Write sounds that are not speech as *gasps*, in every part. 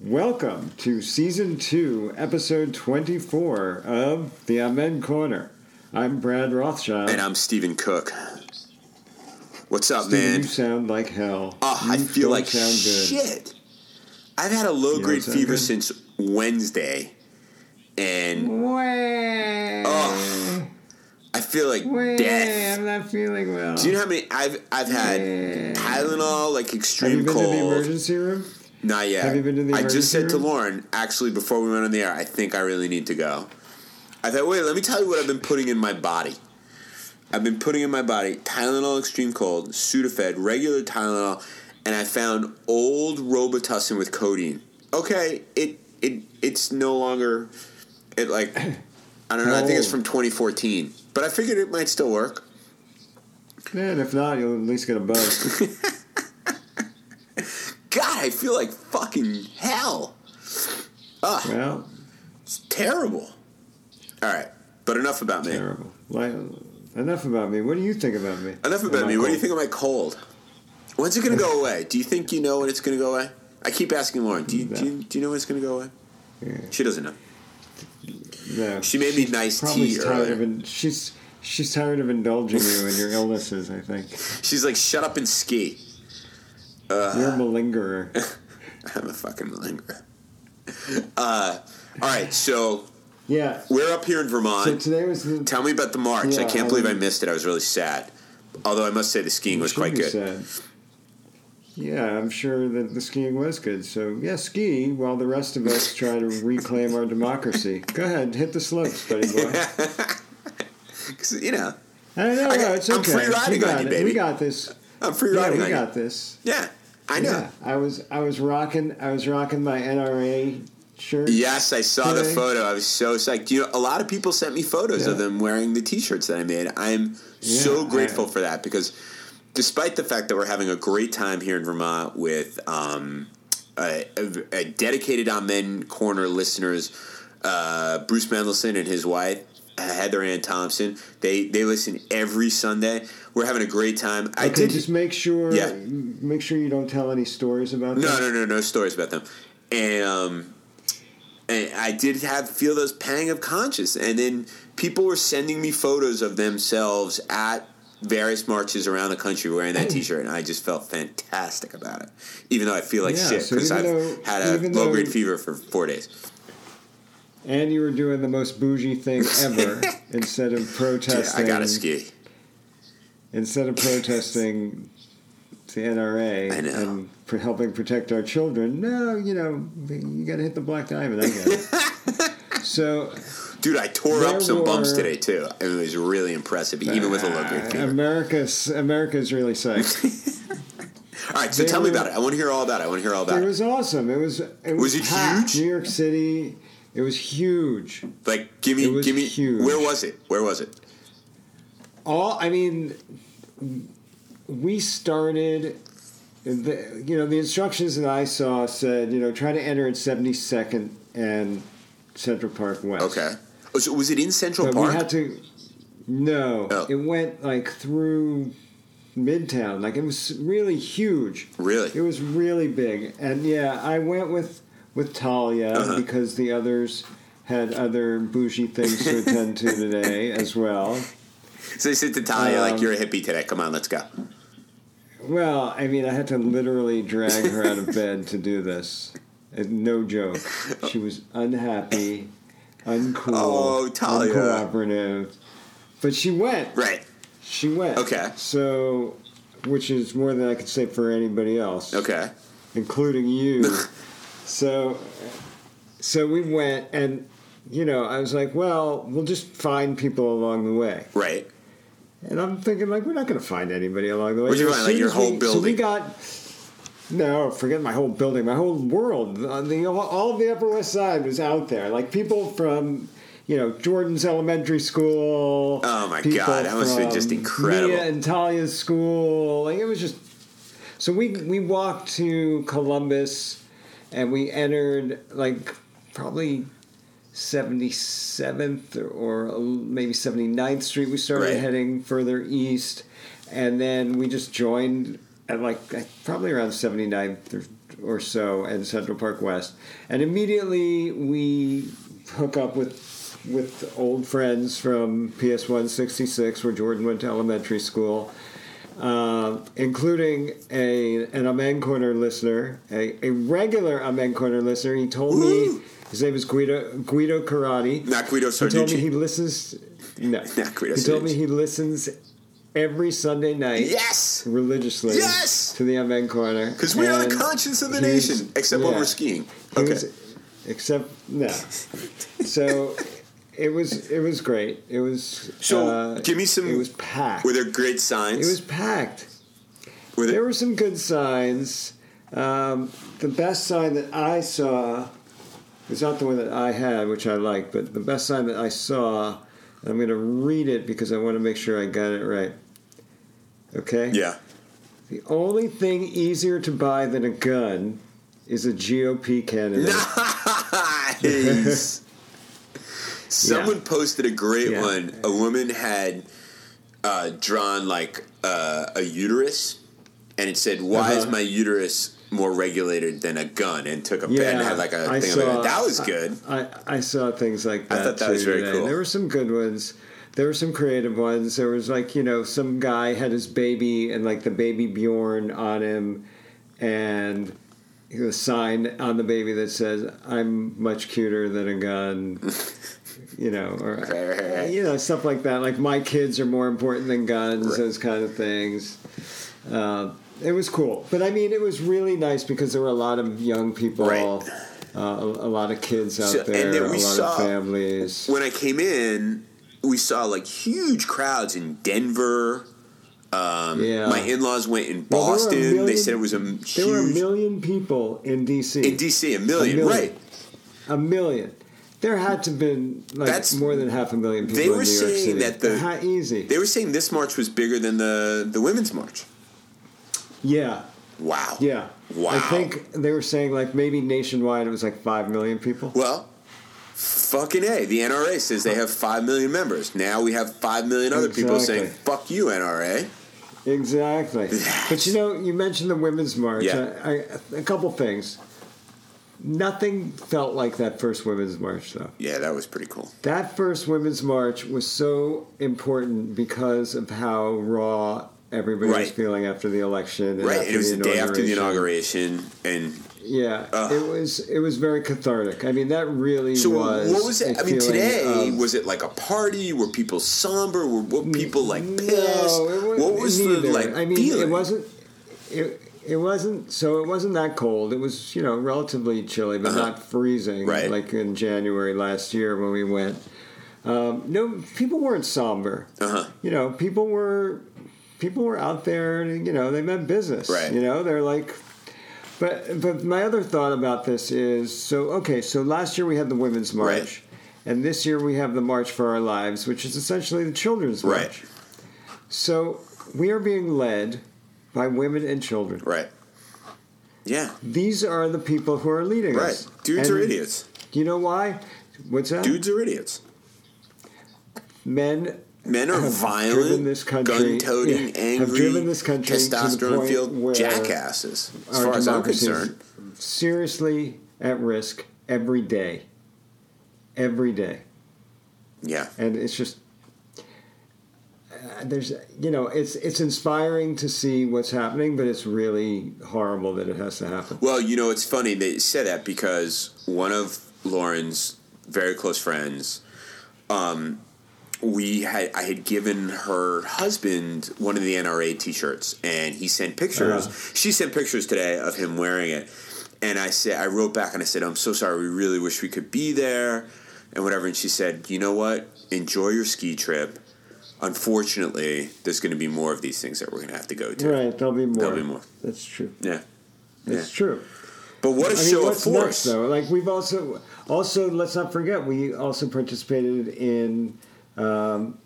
Welcome to season two, episode 24 of The Amen Corner. I'm Brad Rothschild. And I'm Stephen Cook. What's up, Stephen, man? You sound like hell. Oh, I You feel don't like shit. I've had a low grade sound fever good. since Wednesday, and Way, oh, I feel like way, death. I'm not feeling well. Do you know how many I've I've had Tylenol, like Have you extreme been to the cold. emergency room? Not yet. have you been to the I just emergency said to room? Lauren actually before we went on the air, I think I really need to go. I thought, wait, let me tell you what I've been putting in my body. I've been putting in my body Tylenol Extreme Cold, Sudafed, regular Tylenol, and I found old Robitussin with codeine. Okay, it it it's no longer *coughs* it like I don't know. I think it's Oh. from 2014, but I figured it might still work. Man, if not, you'll at least get a buzz. God, I feel like fucking hell. Ugh. well, Terrible. All right, but enough about me. terrible. Like, enough about me. What do you think about me? Enough about Am I me. What do you cold? think of my cold? When's it gonna go away? Do you think you know when it's gonna go away? I keep asking Lauren. Do you do you, do you know when it's gonna go away? Yeah. She doesn't know. No. She made me nice probably tea is tired of earlier. in, she's she's tired of indulging you in *laughs* your illnesses. I think She's like, "Shut up and ski." *laughs* Uh, you're a malingerer. I'm a fucking malingerer. *laughs* Uh, all right, so Yeah. we're up here in So Vermont. today was the Tell me about the march. I Yeah, can't believe I um, missed it. I was really sad. Although I must say the skiing was should quite be good. said. Yeah, I'm sure that the skiing was good. So yeah, ski while the rest of *laughs* us try to reclaim our democracy. Go ahead, hit the slopes, buddy boy. *laughs* 'Cause, you know, I know, I got- no, it's I'm okay. free we riding on got you, it. baby. We got this. I'm free Yeah, riding we on you. got this. Yeah, I know. Yeah, I was I was rocking I was rocking my NRA shirt. Yes, I saw the Today. photo. I was so psyched. You know, a lot of people sent me photos of Yeah. them wearing the T-shirts that I made. I'm so Yeah, grateful I- for that because, despite the fact that we're having a great time here in Vermont with um, a, a, a dedicated Amen Corner listeners, uh, Bruce Mendelson and his wife Heather Ann Thompson, they they listen every Sunday. We're having a great time. I Okay, did just make sure Yeah. make sure you don't tell any stories about No, that. no, no, no stories about them. And, um, and I did have feel those pang of conscience. And then people were sending me photos of themselves at various marches around the country wearing that T-shirt, and I just felt fantastic about it. Even though I feel like Yeah, shit so because even I've though- had a even low grade though- fever for four days. And you were doing the most bougie thing *laughs* ever instead of Yeah, protesting. I gotta ski. Instead of protesting the NRA I know. and for helping protect our children. No, you know, you got to hit the black diamond. I get it. *laughs* so Dude, I tore There up some bumps were- today too. It was really impressive, even with a low grade uh, fever. America's America's really *laughs* psyched. All right, so there tell me were- about it. I want to hear all about it. I want to hear all about it it. was awesome. It was it was, Was it packed. huge? New York City. It was huge. Like, give me, It was give me. huge. Where was it? Where was it? all i mean we started the, you know the instructions that i saw said you know try to enter at 72nd and central park west Okay. Oh, so was it in Central but Park? we had to no Oh. it went like through midtown like it was really huge really? it was really big and yeah i went with with talia Uh-huh. because the others had other bougie things to attend *laughs* to today as well so they said to Talia, like, Um, you're a hippie today. Come on, let's go. Well, I mean, I had to literally drag her out *laughs* of bed to do this. And No joke. She was unhappy, uncool, Oh, Talia. uncooperative. But she went. Right. She went. Okay. So, which is more than I could say for anybody else, Okay. including *laughs* you. so, so we went, and you know, I was like, well, we'll just find people along the way. Right. And I'm thinking, like, we're not going to find anybody along the way. What'd you As find, like, soon your as whole we, So we building? got. No, forget my whole building, my whole world. On the, all of the Upper West Side was out there. Like, people from, you know, Jordan's Elementary School. Oh, my people God, that must've been from just incredible. Mia and Talia's school. Like, it was just. So we, we walked to Columbus and we entered, like, probably 77th or maybe 79th Street. We started Right. heading further east, and then we just joined at like I- probably around 79th or or so and Central Park West, and immediately we hook up with with old friends from PS One sixty six, where Jordan went to elementary school, uh, including a an Amen Corner listener, a, a regular Amen Corner listener. He told Woo! me his name is Guido Guido Karate. Not Guido He told me he Sarducci. listens. No, *laughs* Not Guido he told me Sarducci. he listens every Sunday night Yes, religiously Yes! to the MN corner because we are the And conscience of the he's- nation, except when yeah. we're skiing. he Okay. was- except no. so it was it was great. It was So, uh, give me some- It was packed. Were there great signs? it was packed. Were There there, were some good signs. Um, the best sign that I saw is not the one that I had, which I like, but the best sign that I saw. and I'm going to read it because I want to make sure I got it right. Okay. yeah. The only thing easier to buy than a gun is a GOP candidate. *laughs* Nice. Someone posted a great Yeah. one. A woman had uh, drawn like uh, a uterus, and it said, "Why is Uh-huh. my uterus more regulated than a gun?" And took a Yeah, pen and had like a I thing saw- of it. That was good. I, I saw things like I that. thought that too was very today. cool. There were some good ones. There were some creative ones. There was like you know some guy had his baby and like the baby Bjorn on him, and the sign on the baby that says "I'm much cuter than a *laughs* gun," you know, or you know stuff like that. Like my kids are more important than guns. Right. Those kind of things. Uh, it was cool, but I mean, it was really nice because there were a lot of young people, Right. uh, a, a lot of kids out So- and there, then a we lot saw- of families. When I came in, we saw like huge crowds in Denver. Um, Yeah. My in-laws went in Well, there were a Boston. they million- said it was a m- There were a huge million people in D.C. in DC, a million, million. right? a million. There had to have been like That's- more than half a million people They in were New York saying City. that the- Ha- easy, They were saying this march was bigger than the the women's march. yeah, Wow. yeah. Wow. I think they were saying like maybe nationwide it was like five million people. Well, fucking a. The NRA says they have five million members. Now we have five million other people saying Exactly. "fuck you, NRA." Exactly. But you know, you mentioned the women's march. Yeah. I, I, a couple things. Nothing felt like that first women's march, though. Yeah, that was pretty cool. That first women's march was so important because of how raw everybody was Right. feeling after the election. And Right, after and it was the, day after the inauguration. inauguration, and Yeah, Ugh. it was it was very cathartic. I mean, that really so was. um, what was it? a I mean, feeling today of- was it like a party? Were people somber? Were, were people like pissed? wa- what was the neither. like I mean, feeling? it wasn't. It, it wasn't so. It wasn't that cold. It was you know relatively chilly, but Uh-huh. not freezing Right. like in January last year when we went. Um, no, people weren't somber. Uh-huh. You know, people were people were out there. and, You know, they meant business. Right. You know, they're like. But but my other thought about this is so okay. So last year we had the women's march, Right. and this year we have the March for Our Lives, which is essentially the children's Right. march. So we are being led by women and children. Right. Yeah. These are the people who are leading Right. us. Dudes And are idiots. You know why? What's that? Dudes are idiots. Men Men are have violent, driven this country- gun-toting, yeah, have angry, driven this country to the point where testosterone-filled jackasses. As our far as I'm democracy is- concerned, seriously at risk every day. Every day. yeah, and it's just uh, there's you know it's it's inspiring to see what's happening but it's really horrible that it has to happen Well, you know, it's funny that you said that because one of Lauren's very close friends, um, we had I had given her husband one of the NRA T-shirts, and he sent pictures. Uh-huh. She sent pictures today of him wearing it, and I said I wrote back and I said I'm so sorry. We really wish we could be there, and whatever. And she said, you know what? Enjoy your ski trip. Unfortunately, there's going to be more of these things that we're going to have to go to. right there'll be more There'll be more. that's true Yeah. that's true But what a I mean, show of what's force! next though like we've also also let's not forget we also participated in um,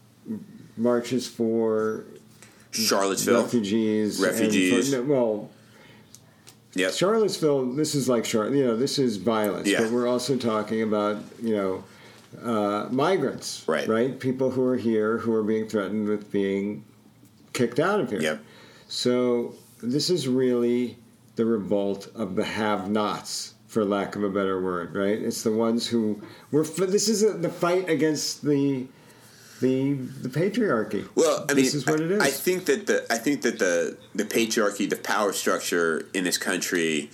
marches for Charlottesville. refugees and for- Refugees. no, well Yep. Charlottesville, this is like Charlotte. You know, this is violence, Yeah. but we're also talking about you know uh, migrants, Right. Right, people who are here who are being threatened with being kicked out of here. Yep. So this is really the revolt of the have-nots, for lack of a better word, right? It's the ones who were. f- This is a, the fight against the the the patriarchy. Well, I mean, this is what it is. I, I think that the I think that the the patriarchy, the power structure in this country,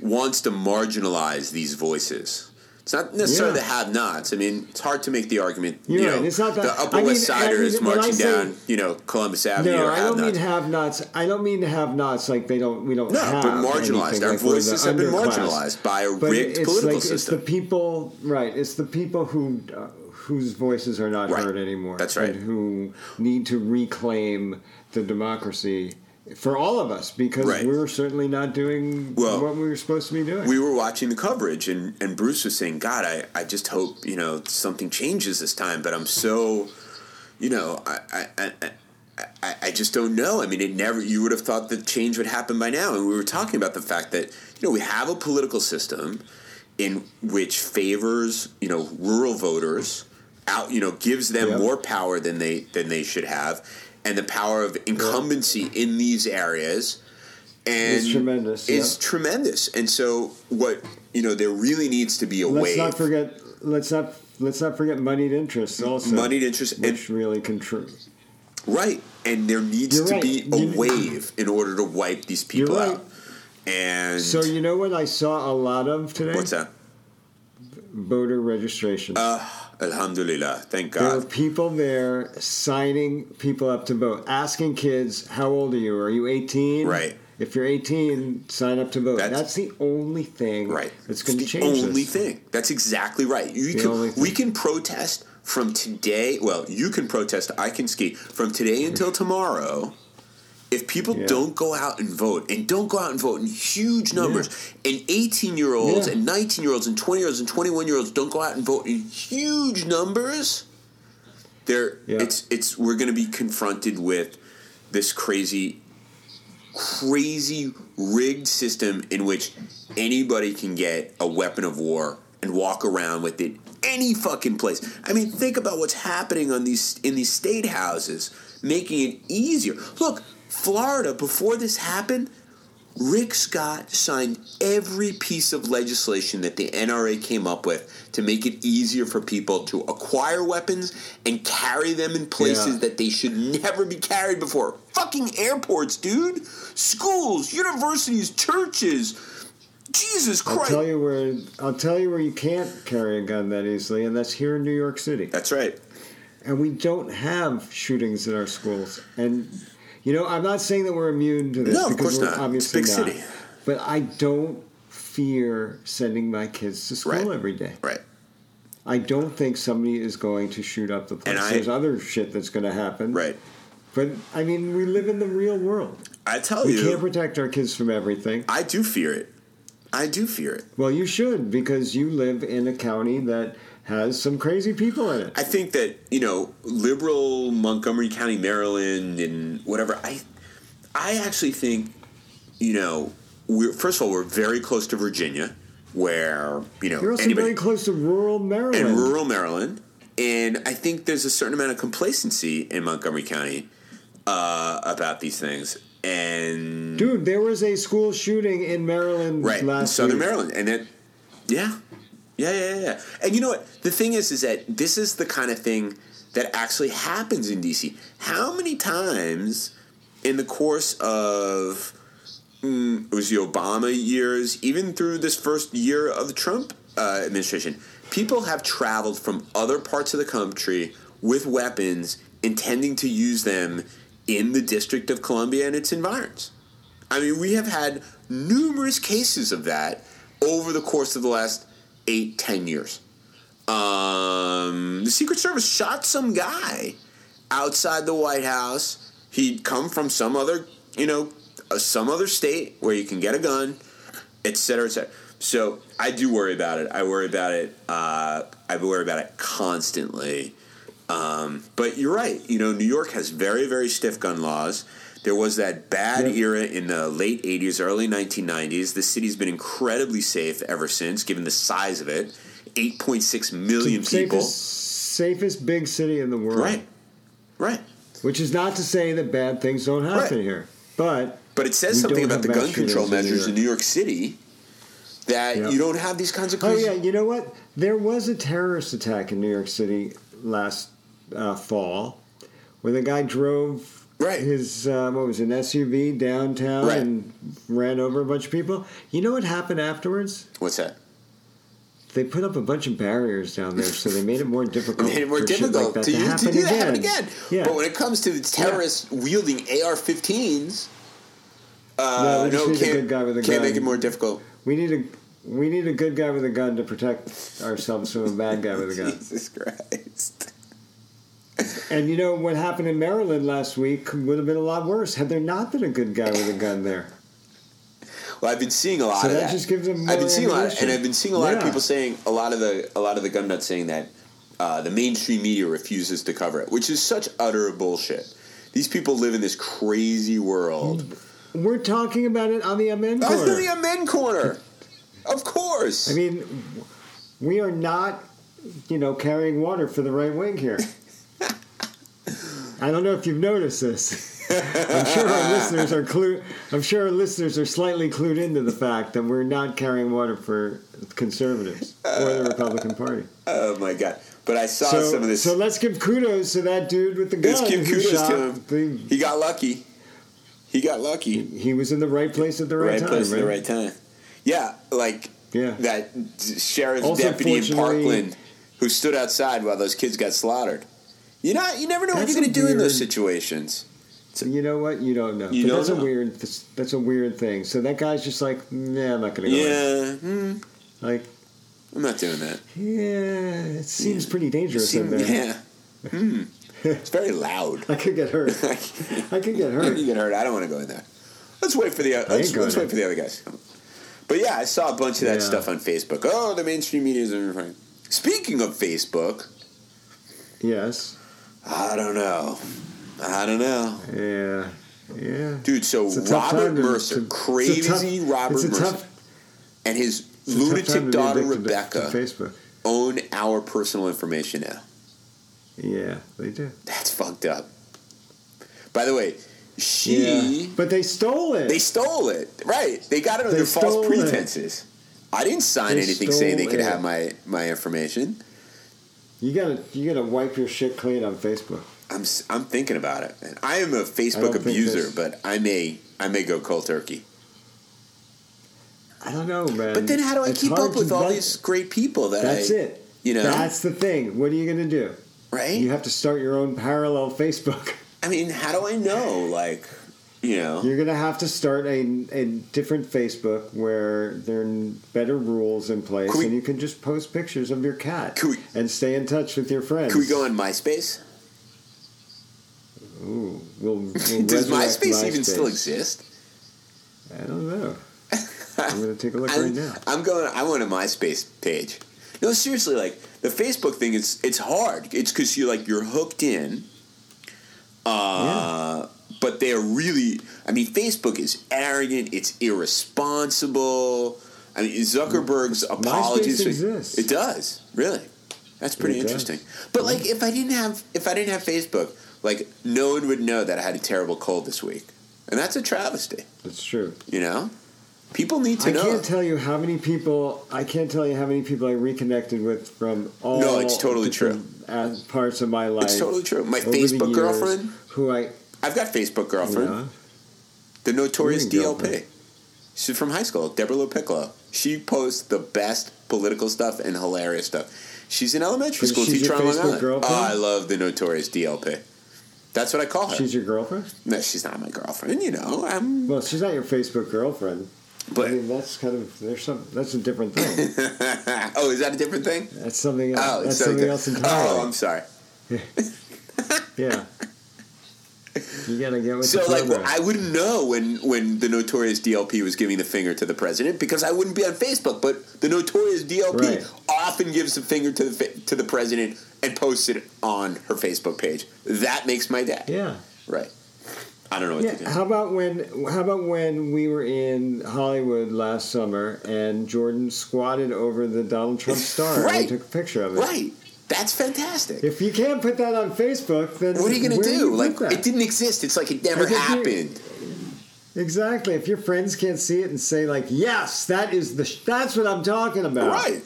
wants to marginalize these voices. It's not necessarily Yeah. the have-nots. I mean, it's hard to make the argument. You're you know, right. It's not the- the, Upper I mean, West I mean, Siders when I marching say- down, you know, Columbus Avenue. No, or I don't mean have-nots. have nots. I don't mean to have nots like they don't. We don't. No, have but marginalized. anything, Our like we're the voices have been underclass. marginalized by a But rigged it's political like it's the system. people, right? It's the people who uh, whose voices are not Right. heard anymore. That's right. and who need to reclaim the democracy for all of us because Right. we're certainly not doing Well, what we were supposed to be doing. we were watching the coverage, and, and Bruce was saying, God, I, I just hope, you know, something changes this time. But I'm so, you know, I, I, I, I, I just don't know. I mean, it never, you would have thought that change would happen by now. And we were talking about the fact that, you know, we have a political system in which favors, you know, rural voters out, you know, gives them Yeah. more power than they, than they should have. And the power of incumbency in these areas and It's tremendous, It's tremendous, and so what you know, there really needs to be a let's wave, not forget. Let's not. Let's not forget moneyed interests also. moneyed interest, and which really control. right, and there needs You're to right. be a You- wave in order to wipe these people You're right. out. And So you know what I saw a lot of today? what's that? Voter registration. Uh, Ah, Alhamdulillah, thank there were God. people there signing people up to vote, asking kids, "How old are you? Are you 18?" Right. If you're 18, sign up to vote. That's, That's- the only thing Right, that's going to It's the change only this. thing. That's exactly right. You The only can, thing. we can protest from today. Well, you can protest. I can ski from today *laughs* until tomorrow. If people Yeah. don't go out and vote, and don't go out and vote in huge numbers, and 18 year olds, Yeah. and 19 year olds, and 20 year olds, and 21 year olds don't go out and vote in huge numbers, there Yeah. it's it's we're going to be confronted with this crazy crazy rigged system in which anybody can get a weapon of war and walk around with it any fucking place. I mean, think about what's happening on these in these state houses, making it easier. Look, Florida before this happened, Rick Scott signed every piece of legislation that the NRA came up with to make it easier for people to acquire weapons and carry them in places Yeah. that they should never be carried before. Fucking airports, dude. Schools, universities, churches. Jesus I'll Christ. tell you where I'll tell you where you can't carry a gun that easily, and that's here in New York City. That's right. and we don't have shootings in our schools. And you know, I'm not saying that we're immune to this No, of because course we're not. It's a obviously big not. city. But I don't fear sending my kids to school Right. every day. Right. I don't think somebody is going to shoot up the place. And I- There's other shit that's going to happen. Right. But I mean, we live in the real world. I tell We you, can't protect our kids from everything. I do fear it. I do fear it. Well, you should because you live in a county that has some crazy people in it. I think that you know, liberal Montgomery County, Maryland, and whatever. I, I actually think, you know, we're first of all we're very close to Virginia, where you know You're also anybody very close to rural Maryland. in rural Maryland, and I think there's a certain amount of complacency in Montgomery County uh, about these things, and Dude, there was a school shooting in Maryland right in last Southern week. Maryland, and it, yeah, yeah, yeah, yeah, yeah. And you know what? The thing is, is that this is the kind of thing that actually happens in DC. How many times in the course of mm, it was the Obama years, even through this first year of the Trump uh, administration, people have traveled from other parts of the country with weapons, intending to use them in the District of Columbia and its environs. I mean, we have had numerous cases of that over the course of the last eight, ten years. Um, the Secret Service shot some guy outside the White House. He'd come from some other, you know, uh, some other state where you can get a gun, et cetera, et cetera. So I do worry about it. I worry about it. Uh, I worry about it constantly. Um, but you're right. You know, New York has very, very stiff gun laws. There was that bad Yep. era in the late 80s, early 1990s. The city's been incredibly safe ever since, given the size of it 8.6 million people. Safest, safest big city in the world. Right. Right. Which is not to say that bad things don't happen Right. here. But But it says We something don't about the have gun mass shootings control in New measures York. in New York City that Yep. you don't have these kinds of Oh crazy. yeah, you know what? There was a terrorist attack in New York City last uh, fall, where the guy drove Right. his uh, what was it, an SUV downtown Right. and ran over a bunch of people. You know what happened afterwards? What's that? They put up a bunch of barriers down there, so they made it *laughs* more difficult. made it more Oh, for shit like difficult that to, you, to do that happen again. Yeah. But when it comes to terrorists wielding AR-15s, No, uh, we just no, need a can't, good guy with a can't make gun. it more difficult. we need a we need a good guy with a gun to protect ourselves from a bad guy with a gun. *laughs* Jesus Christ. And you know what happened in Maryland last week would have been a lot worse had there not been a good guy with a gun there. Well, I've been seeing a lot So of that that. just gives them I've more been seeing a lot, ammunition. and I've been seeing a lot of Yeah. people saying a lot of the a lot of the gun nuts saying that uh, the mainstream media refuses to cover it, which is such utter bullshit. These people live in this crazy world. We're talking about it on the amend Other corner. than the men corner, of course. I mean, we are not, you know, carrying water for the right wing here. I don't know if you've noticed this. I'm sure *laughs* our listeners are clue. I'm sure our listeners are slightly clued into the fact that we're not carrying water for conservatives or the Republican Party. oh my god! But I saw So, some of this. so let's give kudos to that dude with the gun. Let's give who kudos to shot him. the- he got lucky. He got lucky. he was in the right place at the right, right time. place right? at the right time. Yeah, like Yeah. that sheriff's Also, deputy in fortunately- Parkland who stood outside while those kids got slaughtered. You know, you never know what That's you're going a to do in those weird- situations. You know what? You don't know. You but don't that's know. a weird. That's, that's a weird thing. So that guy's just like, nah, I'm not gonna go. in." Yeah, hmm, Like, I'm not doing that. yeah, it seems Yeah. pretty dangerous Seem- in there. yeah, Hmm. it's very loud. *laughs* *laughs* I could get hurt. you I could get hurt. get hurt. I don't want to go in there. Let's wait for the let's, ain't going let's in. wait for the other guys. But yeah, I saw a bunch of that Yeah. stuff on Facebook. Oh, the mainstream media is Speaking of Facebook, Yes. I don't know. I don't know. Yeah. Yeah. Dude, so It's a tough Robert time to- Mercer, to- it's a crazy tough- Robert it's a Mercer, tough- and his it's a tough time to lunatic be daughter addicted to- Rebecca to Facebook. own our personal information now. Yeah, they do. That's fucked up. By the way, she But they stole it. they stole it. Right. They got it They under stole false it. pretenses. I didn't sign They anything saying they stole could it. have my my information. you gotta, you gotta wipe your shit clean on Facebook. I'm s- I'm thinking about it. man. I am a don't Facebook think abuser, this- but I may I may go cold turkey. I don't know, man. But then how do I It's keep hard up to- with all that- these great people that That's I it. you know That's the thing. What are you gonna do? right? You have to start your own parallel Facebook. *laughs* I mean, how do I know? Like, you know, You're gonna have to start a, a different Facebook where there are better rules in place, Could we- and you can just post pictures of your cat Could we- and stay in touch with your friends. could we go on MySpace? Ooh, we'll, we'll *laughs* resurrect Does MySpace even still MySpace. exist? *laughs* I don't know. I'm gonna take a look right I'm, now. I'm going. I want a MySpace page. No, seriously, like the Facebook thing is it's hard. It's because you like you're hooked in. Uh, But they're really. I mean, Facebook is arrogant. It's irresponsible. I mean, Zuckerberg's apologies. for- Mm. exists. It does really. That's pretty It does. interesting. But like, if I didn't have if I didn't have Facebook, like no one would know that I had a terrible cold this week, and that's a travesty. That's true. You know, people need to I know. can't tell you how many people. I can't tell you how many people I reconnected with from all. No, it's totally different, uh, Parts of my life. It's totally true. My over the Facebook years, girlfriend. who I I've got Facebook you girlfriend. know, The notorious What do you mean, DLP. She's from high school. Deborah Lou Piccolo. She posts the best political stuff and hilarious stuff. She's an elementary But school she's teacher your on Long Facebook Island. girlfriend? Oh, I love the notorious DLP. That's what I call her. she's your girlfriend. no, she's not my girlfriend. You know, I'm. Well, she's not your Facebook girlfriend. I But mean, that's kind of there's some that's a different thing. *laughs* oh, is that a different thing? That's something else. Oh, it's that's so something good. else entirely. Oh, I'm sorry. yeah. You gotta get with So the like, program. I wouldn't know when when the notorious DLP was giving the finger to the president because I wouldn't be on Facebook. But the notorious DLP Right. often gives the finger to the fa- to the president and posts it on her Facebook page. That makes my day. yeah. Right. I don't know what to Yeah. do. How about when? How about when we were in Hollywood last summer and Jordan squatted over the Donald Trump star and Right. took a picture of it? Right. That's fantastic. If you can't put that on Facebook, then what are you gonna where do? you put like that? it didn't exist. It's like it never Like, if you- happened. Exactly. If your friends can't see it and say like, "Yes, that is the sh- that's what I'm talking about." Right.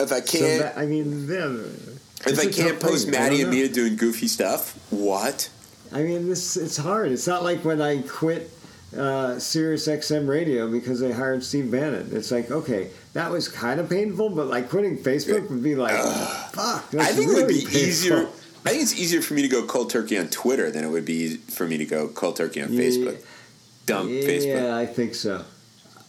If I can't, Oh. So that, I mean, yeah, if it's I a can't tough post thing. I Maddie don't and know. Mia doing goofy stuff, what? I mean, this it's hard. It's not like when I quit uh, Sirius XM radio because they hired Steve Bannon. It's like, okay, that was kind of painful, but like quitting Facebook would be like, fuck. That's I think really it would be painful. easier. I think it's easier for me to go cold turkey on Twitter than it would be e, for me to go cold turkey on Yeah. Facebook. Dumb yeah, Facebook. I think so.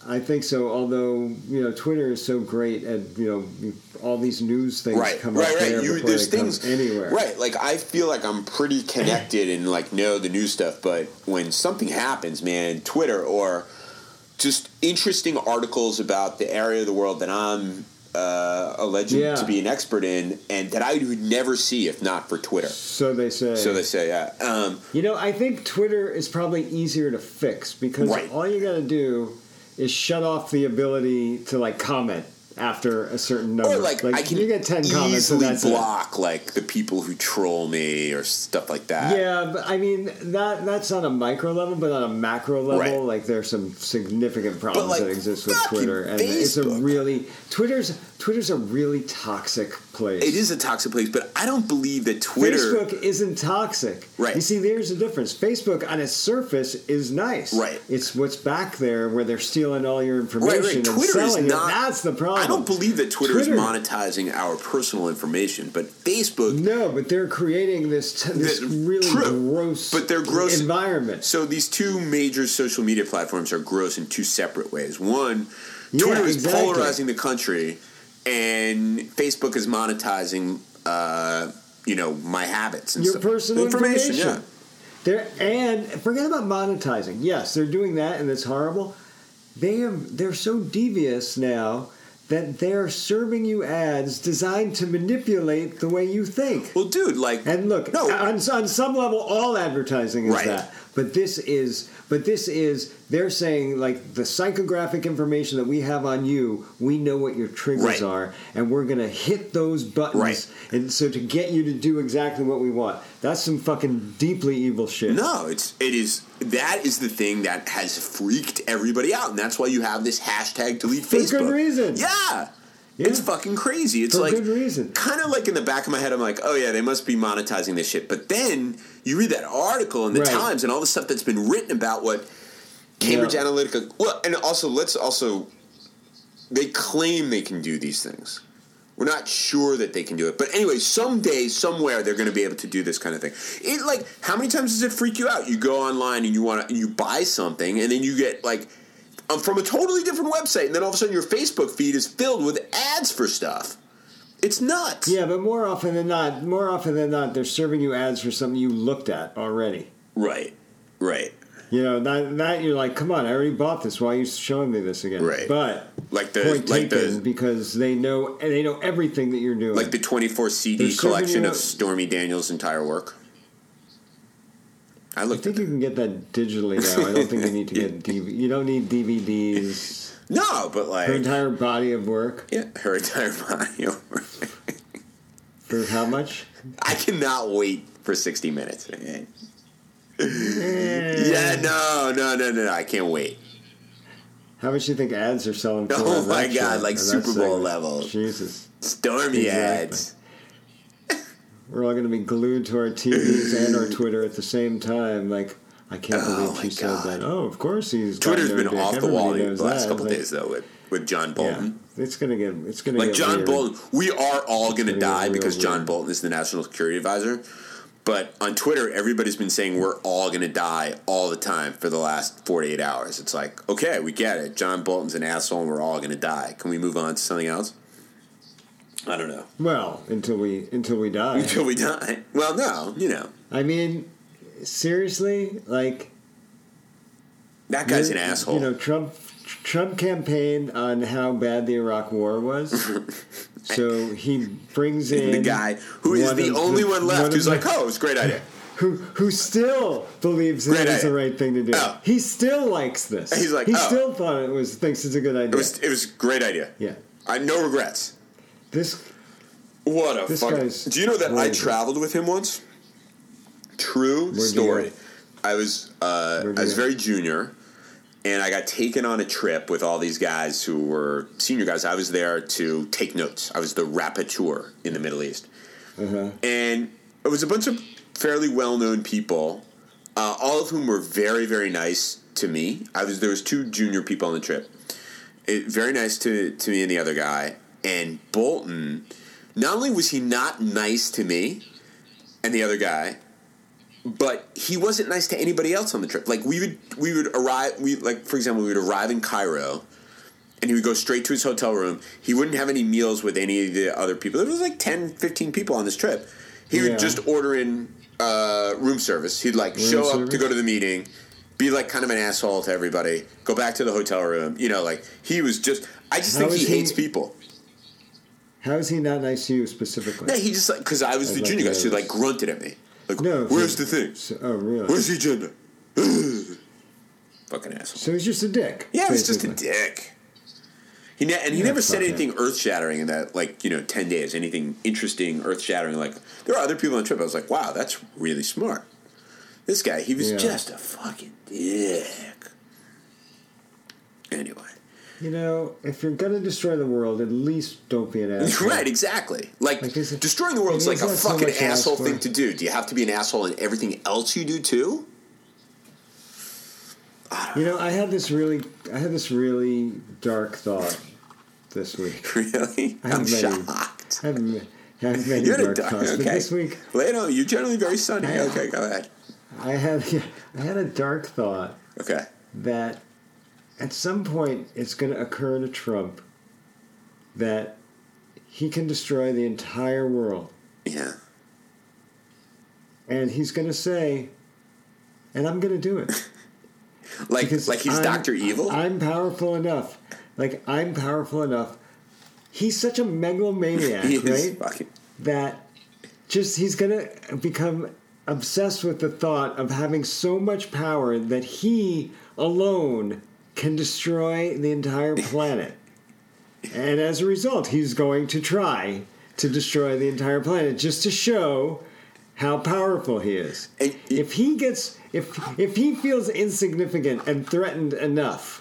I think so. Although you know, Twitter is so great at you know you- all these news things Right, come right, up there right. You, before there's they come things anywhere. Right, like I feel like I'm pretty connected and like know the new stuff, but when something happens, man, Twitter or just interesting articles about the area of the world that I'm uh, alleged Yeah. to be an expert in, and that I would never see if not for Twitter. So they say. So they say, yeah. Um, You know, I think Twitter is probably easier to fix because Right. all you got to do is shut off the ability to like comment after a certain number. Or like, I can you get ten comments and easily that's it. block like the people who troll me or stuff like that. Yeah, but I mean that that's on a micro level, but on a macro level, Right. like there's some significant problems like, that exist with fucking Twitter, and it's a Facebook. really Twitter's Twitter's a really toxic place. It is a toxic place, but I don't believe that Twitter. Facebook isn't toxic. Right. You see, there's a difference. Facebook on its surface is nice. Right. It's what's back there where they're stealing all your Right, information right. and Twitter is selling not. it. That's the problem. I don't believe that Twitter, is Twitter- monetizing our personal information, but Facebook. No, but they're creating this t- this That- really true. gross, But they're gross- environment. So these two major social media platforms are gross in two separate ways. One, Yeah, Twitter is exactly. polarizing the country, and Facebook is monetizing. Uh, you know my habits and Your stuff. personal information. Yeah. They're and forget about monetizing. Yes, they're doing that, and it's horrible. They have they're so devious now that they're serving you ads designed to manipulate the way you think. Well, dude, like, And look, No. on, on some level, all advertising is Right. that. But this is, but this is, they're saying like the psychographic information that we have on you, we know what your triggers Right. are, and we're gonna hit those buttons, Right. and so to get you to do exactly what we want. That's some fucking deeply evil shit. No, it's it is that is the thing that has freaked everybody out, and that's why you have this hashtag delete For good Facebook. reason. Yeah. Yeah. It's fucking crazy. It's For like good reason. kind of like in the back of my head, I'm like, oh yeah, they must be monetizing this shit. But then you read that article in the Right. Times and all the stuff that's been written about what Cambridge Yeah. Analytica. Well, and also let's also they claim they can do these things. We're not sure that they can do it, but anyway, someday, somewhere, they're going to be able to do this kind of thing. It like how many times does it freak you out? You go online and you want to you buy something, and then you get like um, from a totally different website, and then all of a sudden your Facebook feed is filled with ads for stuff. It's nuts. Yeah, but more often than not, more often than not, they're serving you ads for something you looked at already. Right. Right. You know, that, that you're like, come on, I already bought this. Why are you showing me this again? Right. But Like the point like taken the because they know and they know everything that you're doing. like the twenty four They're CD serving collection you of up- Stormy Daniels' entire work. I I looked at think you can get that digitally now. I don't think you need to *laughs* get DV- you don't need DVDs. no, but like Her entire body of work yeah, her entire *laughs* body. over. for how much? I cannot wait for sixty minutes. *laughs* Yeah, no, no, no, no, no. I can't wait. How much do you think ads are selling for? Oh on my that God, show, like on that Super Bowl segment? level. Jesus. Exactly. Stormy ads. We're all gonna be glued to our TVs *laughs* and our Twitter at the same time, like I can't Oh believe my she God. said that. Oh, of course he's got Twitter's no been dick. off the Everybody wall the knows last that. couple Like, days though with with John Yeah, Bolton. it's gonna get it's gonna Like get John weird. Bolton, we are all going to Really, die really because John weird. Bolton is the national security advisor. But on Twitter, everybody's been saying we're all going to die all the time for the last 48 hours. It's like, okay, we get it. John Bolton's an asshole and we're all going to die. Can we move on to something else? I don't know. *laughs* Well, until we until we die. Until we die. Well, no, you know. *laughs* I mean, seriously, like That guy's an you- asshole. You know, Trump Trump campaigned on how bad the Iraq War was. *laughs* so he brings in the guy who is one the of only one left of who's the- like, oh, it's a great idea. who who still believes that Great it's the idea. right thing to do. Oh. He still likes this. He's like, he oh. still thought it was thinks it's a good idea. It was, it was a great idea. yeah, I no regrets. this What a This fuck. guy's Do you know that I crazy. traveled with him once? True you story. go? I was uh, I was Revere. very junior, and I got taken on a trip with all these guys who were senior guys. I was there to take notes. I was the rapporteur in the Middle East, uh-huh. and it was a bunch of fairly well-known people, uh, all of whom were very very nice to me. I was there was two junior people on the trip, it, very nice to to me and the other guy. And Bolton, not only was he not nice to me and the other guy, but he wasn't nice to anybody else on the trip. Like we would we would arrive we like for example we would arrive in Cairo, and he would go straight to his hotel room. He wouldn't have any meals with any of the other people. There was like 10, 15 people on this trip. He Yeah. would just order in uh, room service. He'd like show up to service? go to the meeting, be like kind of an asshole to everybody, go back to the hotel room. You know, like he was just. I just How think he, is he- hates people. How is he not nice to you specifically? Yeah, he just like because I was I'd the like junior to guy, so he know like this. grunted at me. Like, No, where's he- the thing? So, oh, really? Where's the agenda? *sighs* Fucking asshole. so he's just a dick. Yeah, it was just a basically. dick. He ne- and he Yeah, never said fuck anything earth shattering in that like you know ten days. Anything interesting, earth shattering. Like there are other people on the trip. I was like, wow, that's really smart. This guy, he was Yeah. just a fucking dick. Anyway, You know, if you're gonna destroy the world, at least don't be an asshole. *laughs* right? Exactly. Like Like, is it- destroying the world is I mean, like a it's not so fucking much to ask asshole thing for. to do. Do you have to be an asshole in everything else you do too? *laughs* You know, I had this really, I had this really dark thought this week. Really? I have I'm many- shocked. I haven't, I haven't made You're dark, a dark. thoughts, but Okay. this week Leno, you're generally very sunny. I am. Okay, go ahead. I had, *laughs* I had a dark thought Okay. that at some point it's going to occur to Trump that he can destroy the entire world. Yeah. And he's going to say, and I'm going to do it. Like like he's I'm- Doctor Evil. I'm powerful enough. Like, I'm powerful enough. He's such a megalomaniac, *laughs* he is right? fucking. That just he's going to become obsessed with the thought of having so much power that he alone can destroy the entire planet. and as a result, he's going to try to destroy the entire planet just to show how powerful he is. And- if he gets if if he feels insignificant and threatened enough,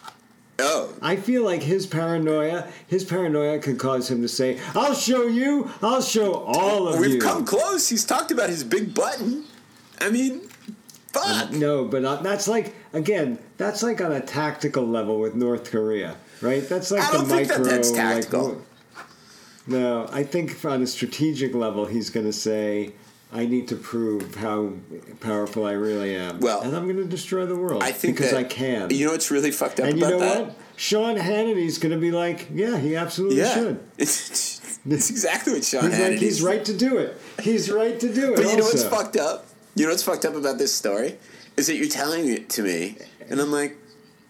Oh, I feel like his paranoia, his paranoia could cause him to say, "I'll show you, I'll show all of we've you." come close. He's talked about his big button. I mean, fuck. No, but uh, that's like again, that's like on a tactical level with North Korea, right? That's like I the don't think micro. that that's like, tactical. wo- no, I think on a strategic level, he's going to say, "I need to prove how powerful I really am, Well, and I'm going to destroy the world I think because that, I can." You know what's really fucked up and you about know that? what? Sean Hannity's going to be like, "Yeah, he absolutely Yeah, *laughs* should." it's exactly what Sean He's had. like, he's right to do it. He's right to do it. But you know what's also." fucked up? You know what's fucked up about this story is that you're telling it to me, and I'm like,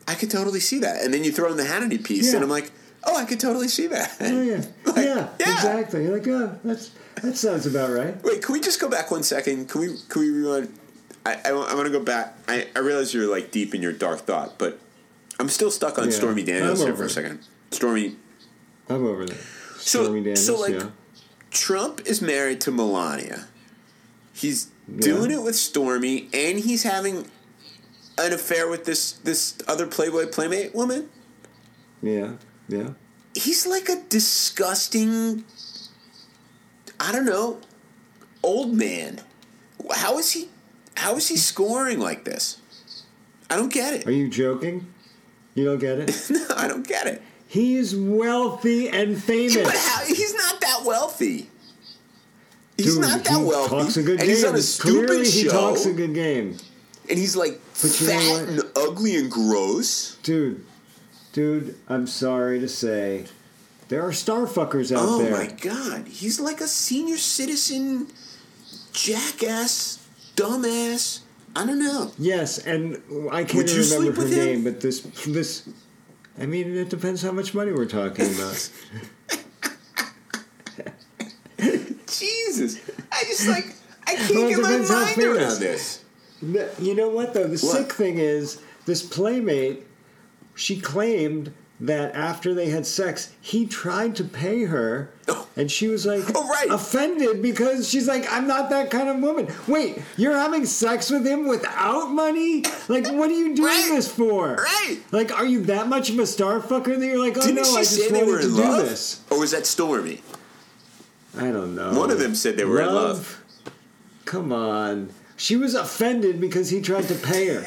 I could totally see that. And then you throw in the Hannity piece, Yeah. and I'm like, oh, I could totally see that. Oh, yeah. *laughs* Like, yeah, exactly. You're like, oh, that's that sounds about right. Wait, can we just go back one second? Can we can we rewind? I I, want to go back. I, I realize you're like deep in your dark thought, but I'm still stuck on Yeah, Stormy Daniels I'm here over for a it. second. Stormy. I'm over that. So Stormy Daniels, so like yeah. Trump is married to Melania. He's Yeah. doing it with Stormy, and he's having an affair with this this other Playboy playmate woman. Yeah, yeah. He's like a disgusting. I don't know, old man. How is he? How is he scoring like this? I don't get Are it. you joking? You don't get it? *laughs* No, I don't get it. He's wealthy and But famous. how, he's not that wealthy. He's Dude, not that he wealthy. Talks a good and game. he's on a stupid Clearly, show. he talks a good game, and he's like But you know fat what? and ugly and gross. dude. Dude, I'm sorry to say, there are star fuckers out oh there. my god, he's like a senior citizen, jackass, dumbass. I don't know. Yes, and I can't Would you even sleep remember her with him? name, but this this. I mean, it depends how much money we're talking about. Jesus, I just like *laughs* I can't Well, it get my depends how mind famous. around this. No, You know what though? *laughs* The What? sick thing is this playmate. *gasps* She claimed that after they had sex, he tried to pay her, Oh. And she was like, Oh, right. offended because she's like, I'm not that kind of woman. Wait, you're having sex with him without money? Like, what are you doing Right. this for? Right. Like, are you that much of a star fucker that you're like, oh Didn't no, she I say just they were wanted to in do love? this? Or was that Stormy? I don't know. One of them said they were in love. Come on. She was offended because he tried to pay her.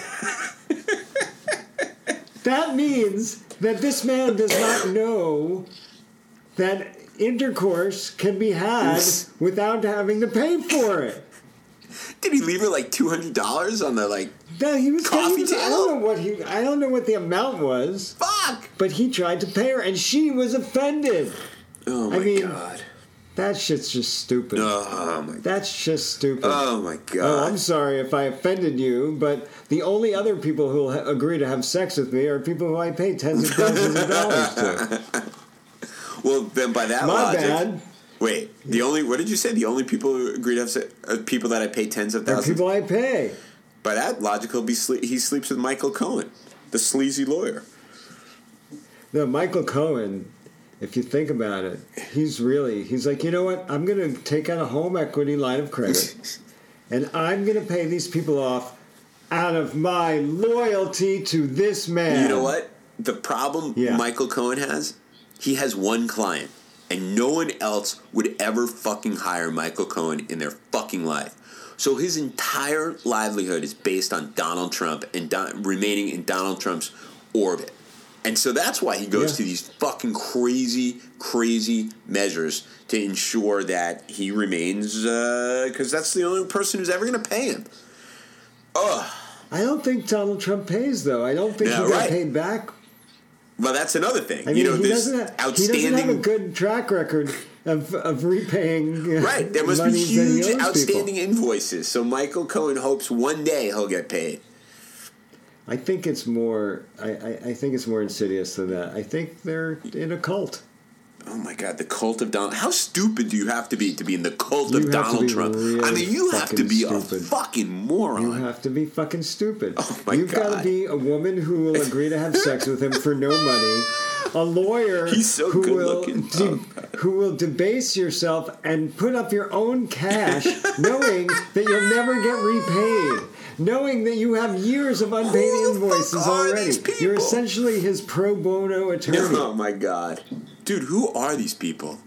that means that this man does not know that intercourse can be had without having to pay for it. Did he leave her like two hundred dollars on the like? That he was Coffee he was- I don't know what he I don't know what the amount was, Fuck! but he tried to pay her and she was offended. Oh my I mean- god! That shit's just stupid. Oh my! That's just stupid. Oh my Oh, god! I'm sorry if I offended you, but the only other people who will ha- agree to have sex with me are people who I pay tens of thousands of dollars *laughs* to. well, then by that My logic. bad. Wait, the only what did you say? The only people who agreed to have se- are people that I pay tens of They're thousands. people I pay. by that logic, he'll be sle- he sleeps with Michael Cohen, the sleazy lawyer. No, Michael Cohen, if you think about it, he's really, he's like, you know what? I'm going to take out a home equity line of *laughs* credit and I'm going to pay these people off out of my loyalty to this man. You know what? The problem Yeah. Michael Cohen has, he has one client, and no one else would ever fucking hire Michael Cohen in their fucking life. So his entire livelihood is based on Donald Trump and Don- remaining in Donald Trump's orbit. And so that's why he goes Yeah. to these fucking crazy, crazy measures to ensure that he remains, because that's the only person who's ever going to pay him. I don't think Donald Trump pays, though. I don't think Yeah, he got right. paid back Well, that's another thing. I mean, you know, he, this doesn't have, he outstanding. doesn't have a good track record of, of repaying. uh, *laughs* Right, there must be monies that he huge owes outstanding People. invoices. So Michael Cohen hopes one day he'll get paid. I think it's more. I, I, I think it's more insidious than that. I think they're in a cult. Oh my God, the cult of Donald. How stupid do you have to be to be in the cult You of have to Donald be Trump? I really mean, you have to fucking be a stupid. fucking You moron. have to be fucking stupid. Oh my You've got God. to be a woman who will agree to have sex with him for no money. A lawyer He's so who good will looking. de- Oh, who will debase yourself and put up your own *laughs* cash, knowing that you'll never get repaid, knowing that you have years of unpaid Who the fuck invoices are already. Oh these You're people? essentially his pro bono attorney. *laughs* oh my God. Dude, who are these people?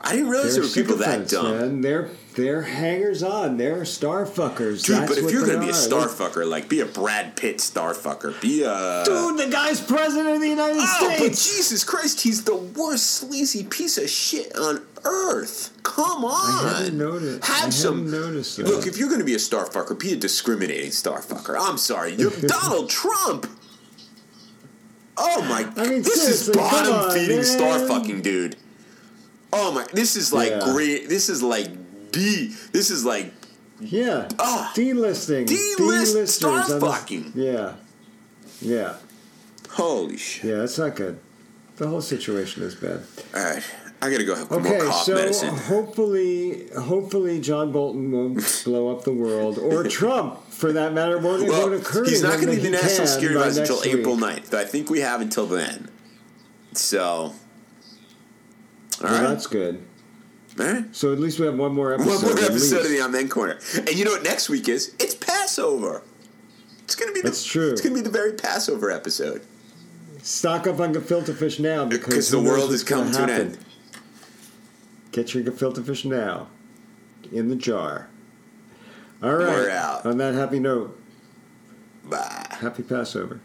I didn't realize They're there were people that sycophants, dumb. Man. They're they're hangers on. They're star fuckers. Dude, That's but if what you're they going to be are. a star fucker, like be a Brad Pitt star fucker, be a. Dude, the guy's president of the United Oh, but States. Jesus Christ, he's the worst sleazy piece of shit on earth. Come on. haven't noticed- I Have haven't some. noticed that. Look, if you're going to be a star fucker, be a discriminating star fucker. I'm sorry. *laughs* You're Donald Trump. Oh my. I mean, this is seriously, come bottom on, feeding star man. fucking dude. Oh my. This is like Yeah. great. This is like D. This is like. Yeah. Ah. delisting. D-list D-listers star on this- fucking. Yeah. Yeah. Holy shit. Yeah, that's not good. The whole situation is bad. All right. I gotta go have Okay, more cough so medicine. hopefully, hopefully John Bolton *laughs* won't blow up the world, or Trump, for that matter. Won't, it Well, won't occur he's to not him going that to be the he National can Security by Advisor until next April week. 9th. I think we have until then. So, all Well, right. that's good. All right. So at least we have one more episode. One more at episode of least. the On Men Corner. And you know what next week is? It's Passover. It's going to be the, That's true. It's going to be the very Passover episode Stock up on gefilte fish now because because the who knows world has what's come gonna to an happen. end. Get your gefilte fish now, in the jar. All right. We're out. On that happy note, Bye. happy Passover.